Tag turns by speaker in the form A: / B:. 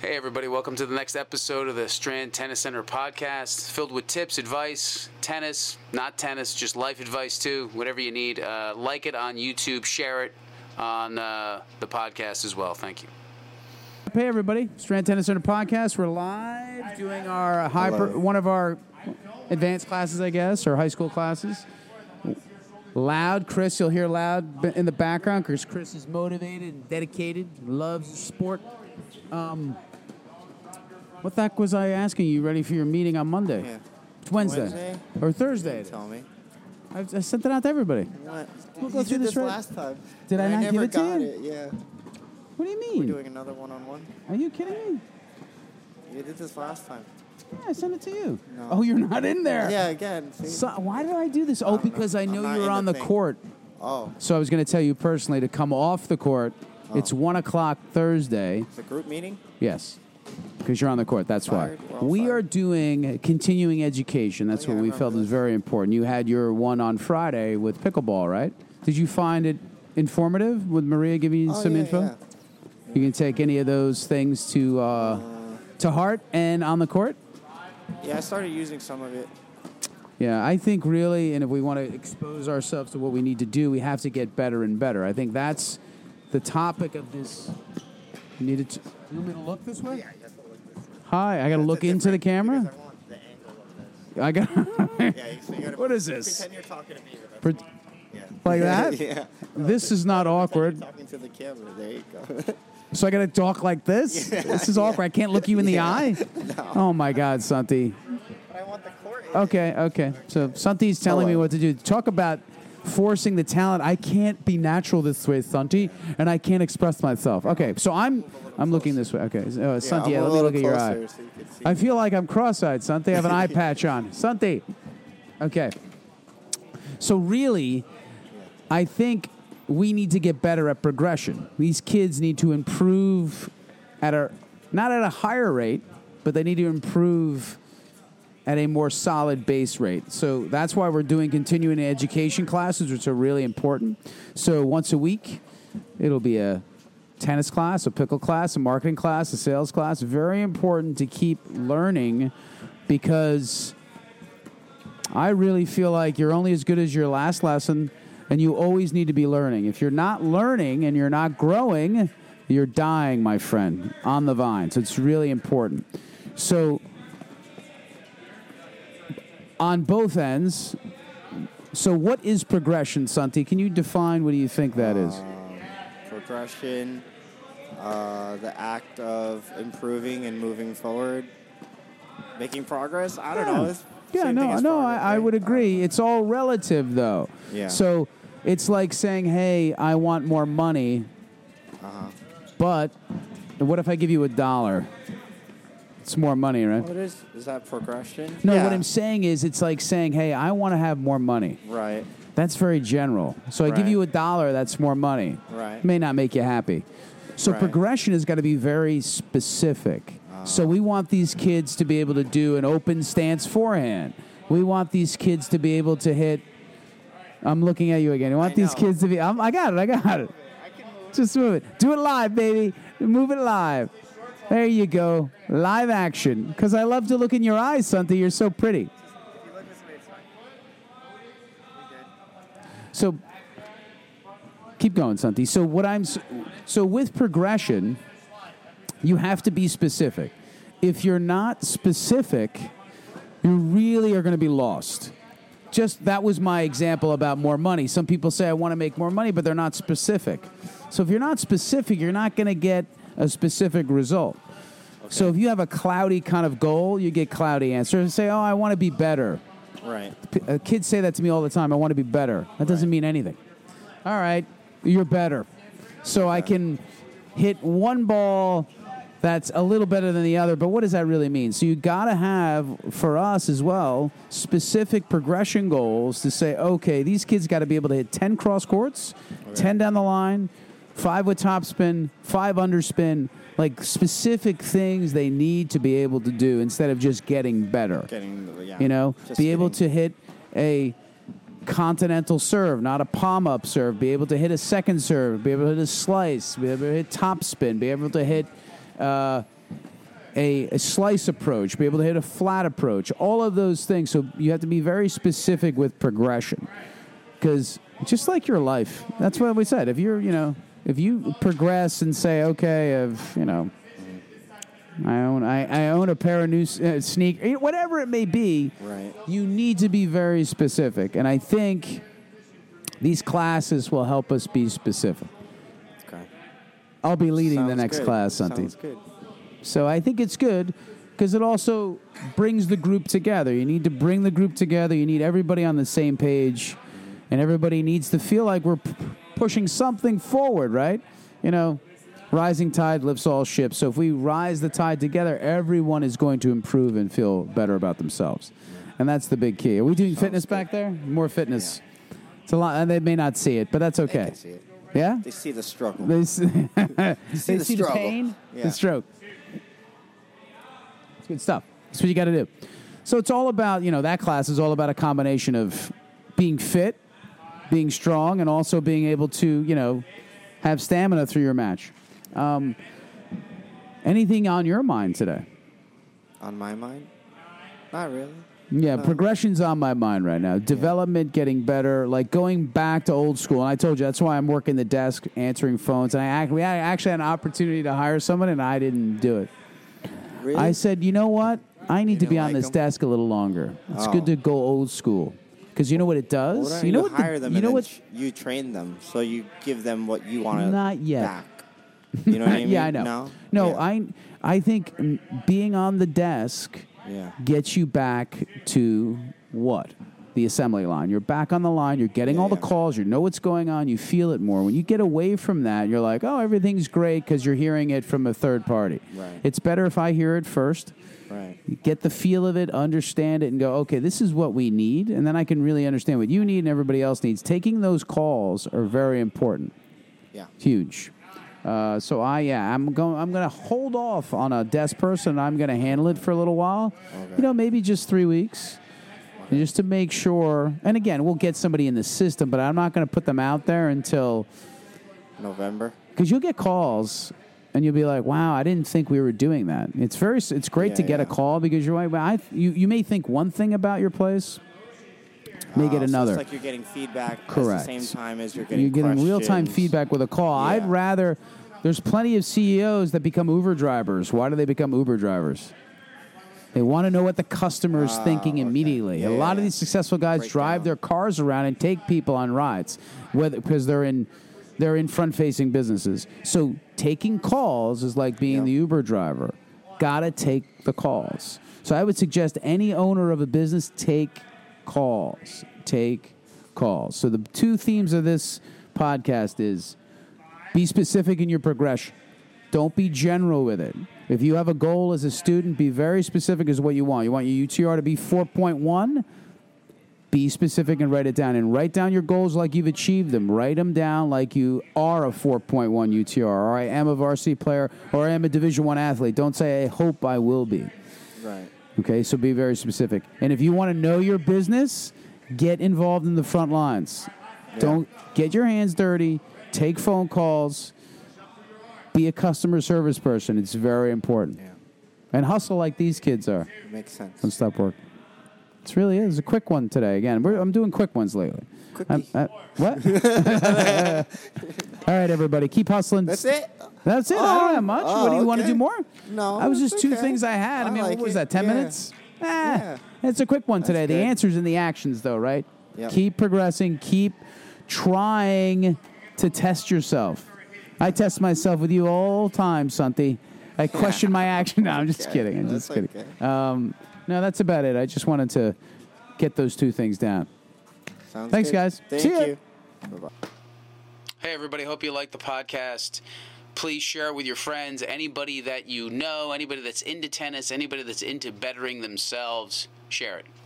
A: Hey, everybody, welcome to the next episode of the Strand Tennis Center podcast, filled with tips, advice, tennis, not tennis, just life advice too, whatever you need. Uh, like it on YouTube, share it on uh, the podcast as well. Thank you.
B: Hey everybody, Strand Tennis Center podcast. We're live doing our high per- one of our advanced classes, I guess, or high school classes. Loud, Chris. You'll hear loud b- in the background because Chris is motivated and dedicated, loves the sport. Um, what the heck was I asking you? Ready for your meeting on Monday?
C: Yeah.
B: It's Wednesday,
C: Wednesday?
B: or Thursday.
C: Tell me.
B: I, I sent it out to everybody.
C: What?
B: We'll
C: you
B: go through
C: did
B: this
C: this,
B: right-
C: last time.
B: Did I
C: and
B: not
C: I
B: give
C: never
B: it to
C: got
B: you?
C: it. Yeah.
B: What do you mean?
C: Doing another one-on-one.
B: Are you kidding me?
C: You did this last time.
B: Yeah, I sent it to you.
C: No.
B: Oh, you're not in there.
C: Yeah. Again. See?
B: So, why did I do this? Oh,
C: don't know.
B: because I
C: I'm
B: know
C: not
B: you were
C: in
B: on the
C: the thing.
B: court.
C: oh,
B: So I was going to tell you personally to come off the court. It's one o'clock Thursday.
C: it's a group meeting.
B: Yes, because you're on the court. That's
C: Fired. We're
B: why
C: all
B: we
C: fired.
B: are doing continuing education. That's
C: Oh, yeah,
B: what
C: I
B: we
C: remember
B: felt is
C: this.
B: very important. You had your one on Friday with pickleball, right? Did you find it informative with Maria giving you
C: Oh,
B: some
C: yeah,
B: info?
C: yeah.
B: You can take any of those things to uh, to heart and on the court.
C: Yeah, I started using some of it.
B: Yeah, I think really, and if we want to expose ourselves to what we need to do, we have to get better and better. I think that's the topic of this. You needed to. You want me to look this way? Hi, I got to look into the camera. I got
C: Yeah, so you gotta
B: What is this?
C: Pretend you're talking to me. or that's
B: Pre-
C: fine. Yeah.
B: like that.
C: yeah.
B: This is not awkward.
C: Talking to the camera. There you go.
B: So I got to talk like this. This is awkward. I can't look you in the eye. Oh my God, Santi.
C: I want the court.
B: Okay, okay. So Santi's telling me
C: Hello.
B: what to do. Talk about forcing the talent. I can't be natural this way, Santi, and I can't express myself. Okay, so I'm I'm looking this way. Okay, uh, Santi,
C: I'm a
B: let me
C: little
B: look at your
C: closer
B: eye.
C: so you can see.
B: I feel like I'm cross-eyed, Santi. I have an eye patch on, Santi. Okay. So really, I think we need to get better at progression. These kids need to improve at a not at a higher rate, but they need to improve at a more solid base rate. So that's why we're doing continuing education classes, which are really important. So once a week, it'll be a tennis class, a pickle class, a marketing class, a sales class. Very important to keep learning because I really feel like you're only as good as your last lesson and you always need to be learning. If you're not learning and you're not growing, you're dying, my friend, on the vine. So it's really important. So on both ends. So, what is progression, Santi? Can you define what do you think that is?
C: progression, uh, the act of improving and moving forward, making progress. I don't know. It's
B: Yeah,
C: same
B: no,
C: thing as
B: no,
C: progress,
B: I, I
C: right?
B: would agree. It's all relative, though.
C: Yeah.
B: So it's like saying, "Hey, I want more money,"
C: Uh-huh.
B: but what if I give you a dollar? It's more money, right?
C: What is is that progression?
B: No,
C: Yeah.
B: what I'm saying is, it's like saying, "Hey, I want to have more money."
C: Right.
B: That's very general. So I give
C: Right.
B: you a dollar, that's more money.
C: Right.
B: May not make you happy. So
C: Right.
B: progression has got to be very specific. So we want these kids to be able to do an open stance forehand. We want these kids to be able to hit. I'm looking at you again. We want
C: I
B: these
C: know.
B: kids to be. I'm, I got it. I got it. Just move it. Do it live, baby. Move it live. There you go. Live action. Because I love to look in your eyes, Santi. You're so pretty. So keep going, Santi. So what I'm s- so with progression, you have to be specific. If you're not specific, you really are going to be lost. Just that was my example about more money. Some people say I want to make more money, but they're not specific. So if you're not specific, you're not going to get a specific result. So if you have a cloudy kind of goal, you get cloudy answers. Say, "Oh, I want to be better."
C: Right.
B: P- uh, kids say that to me all the time. I want to be better. That doesn't mean anything. All right, you're better. So I can hit one ball that's a little better than the other, but what does that really mean? So you got to have, for us as well, specific progression goals to say, okay, these kids got to be able to hit 10 cross courts, 10 down the line, five with topspin, five underspin, like specific things they need to be able to do instead of just getting better
C: Getting the yeah.
B: you know
C: Just
B: be able to
C: getting-
B: hit a continental serve not a palm up serve be able to hit a second serve be able to hit a slice be able to hit top spin be able to hit uh, a, a slice approach, be able to hit a flat approach, all of those things. So you have to be very specific with progression. Because just like your life, that's what we said. If you're, you know, if you progress and say, okay, I've, you know, I own, I, I own a pair of new s- uh, sneak, you know, whatever it may be,
C: Right.
B: you need to be very specific. And I think these classes will help us be specific.
C: Okay.
B: I'll be leading the
C: Sounds
B: next
C: good.
B: class, Santi.
C: Sounds good.
B: So I think it's good because it also brings the group together. You need to bring the group together. You need everybody on the same page, and everybody needs to feel like we're p- pushing something forward, right? You know, rising tide lifts all ships. So if we rise the tide together, everyone is going to improve and feel better about themselves. And that's the big key. Are we doing fitness back there? More fitness. It's a lot, and they may not see it, but that's okay.
C: can see it.
B: Yeah?
C: They see the struggle.
B: They see,
C: see
B: they
C: the
B: see the
C: struggle.
B: pain,
C: Yeah.
B: the stroke. It's good stuff. That's what you got to do. So it's all about you know that class is all about a combination of being fit, being strong, and also being able to you know have stamina through your match. Um, anything on your mind today?
C: On my mind? Not really.
B: Yeah,
C: Uh,
B: progression's on my mind right now. Development, getting better, like going back to old school. And I told you that's why I'm working the desk, answering phones. And I act, we actually had an opportunity to hire someone, and I didn't do it.
C: Really?
B: I said, you know what? I need to
C: didn't
B: be on
C: like
B: this
C: 'em?
B: desk a little longer. It's
C: Oh.
B: good to go old school because you know what it
C: Well,
B: does.
C: why don't
B: you know what? the-
C: hire them
B: you
C: and
B: know
C: then
B: what?
C: sh- you train them so you give them what you want to
B: Not yet.
C: back. You know what I mean?
B: yeah, I know.
C: No,
B: no,
C: Yeah.
B: I I think mm, being on the desk
C: Yeah.
B: gets you back to what? The assembly line. You're back on the line. You're getting
C: Yeah,
B: all the
C: yeah.
B: calls. You know what's going on. You feel it more. When you get away from that, you're like, oh, everything's great because you're hearing it from a third party.
C: Right.
B: It's better if I hear it first,
C: Right.
B: get the feel of it, understand it, and go, okay, this is what we need. And then I can really understand what you need and everybody else needs. Taking those calls are very important
C: Yeah.
B: huge. Uh, so I yeah I'm going I'm going to hold off on a desk person. I'm going to handle it for a little while.
C: Okay.
B: You know maybe just three weeks, just to make sure. And again we'll get somebody in the system, but I'm not going to put them out there until
C: November.
B: because you'll get calls and you'll be like, wow, I didn't think we were doing that. It's very it's great
C: Yeah,
B: to get a
C: yeah.
B: call because you're like, well, I you you may think one thing about your place, may
C: Uh,
B: get
C: so
B: another.
C: it's like you're getting feedback
B: Correct.
C: at the same time as you're getting
B: you're getting real time
C: questions.
B: feedback with a call.
C: Yeah.
B: I'd rather. There's plenty of CEOs that become Uber drivers. Why do they become Uber drivers? They want to know what the customer is thinking
C: Ah, okay.
B: immediately. a
C: Yeah,
B: lot of
C: yeah.
B: these successful guys
C: Break
B: drive
C: down.
B: their cars around and take people on rides, whether because they're in they're in front facing businesses. So taking calls is like being
C: Yeah.
B: the Uber driver. Gotta take the calls. So I would suggest any owner of a business take calls. Take calls. So the two themes of this podcast is be specific in your progression. Don't be general with it. If you have a goal as a student, be very specific as what you want. You want your UTR to be 4.1? Be specific and write it down. And write down your goals like you've achieved them. Write them down like you are a 4.1 UTR, or I am a varsity player, or I am a Division One athlete. Don't say, I hope I will be.
C: Right.
B: Okay, so be very specific. And if you want to know your business, get involved in the front lines. Don't get your hands dirty, take phone calls, be a customer service person. It's very important.
C: Yeah.
B: And hustle like these kids are
C: Makes sense.
B: on stop work. It's really is a quick one today. Again, We're, I'm doing quick ones lately. I'm-
C: Quickie.
B: I- what? All right, everybody, keep hustling.
C: That's it.
B: That's it. I don't
C: Oh,
B: have much.
C: oh,
B: what do you want to
C: okay.
B: do more?
C: No,
B: I was just
C: it's
B: two
C: okay.
B: things I had. I,
C: I
B: mean,
C: like
B: what was
C: it.
B: that? Ten
C: Yeah.
B: minutes? Ah,
C: Yeah.
B: it's a quick one today. The
C: good.
B: answers and the actions, though, right?
C: Yep.
B: Keep progressing. Keep trying to test yourself. I test myself with you all the time, Santi. I question my action. No, I'm just
C: Okay.
B: kidding. I'm just
C: That's
B: kidding.
C: okay.
B: Um, no, that's about it. I just wanted to get those two things down.
C: Sounds
B: Thanks,
C: good.
B: guys.
C: Thank
B: See ya.
C: you. Bye-bye.
A: Hey, everybody, hope you liked the podcast. Please share it with your friends, anybody that you know, anybody that's into tennis, anybody that's into bettering themselves. Share it.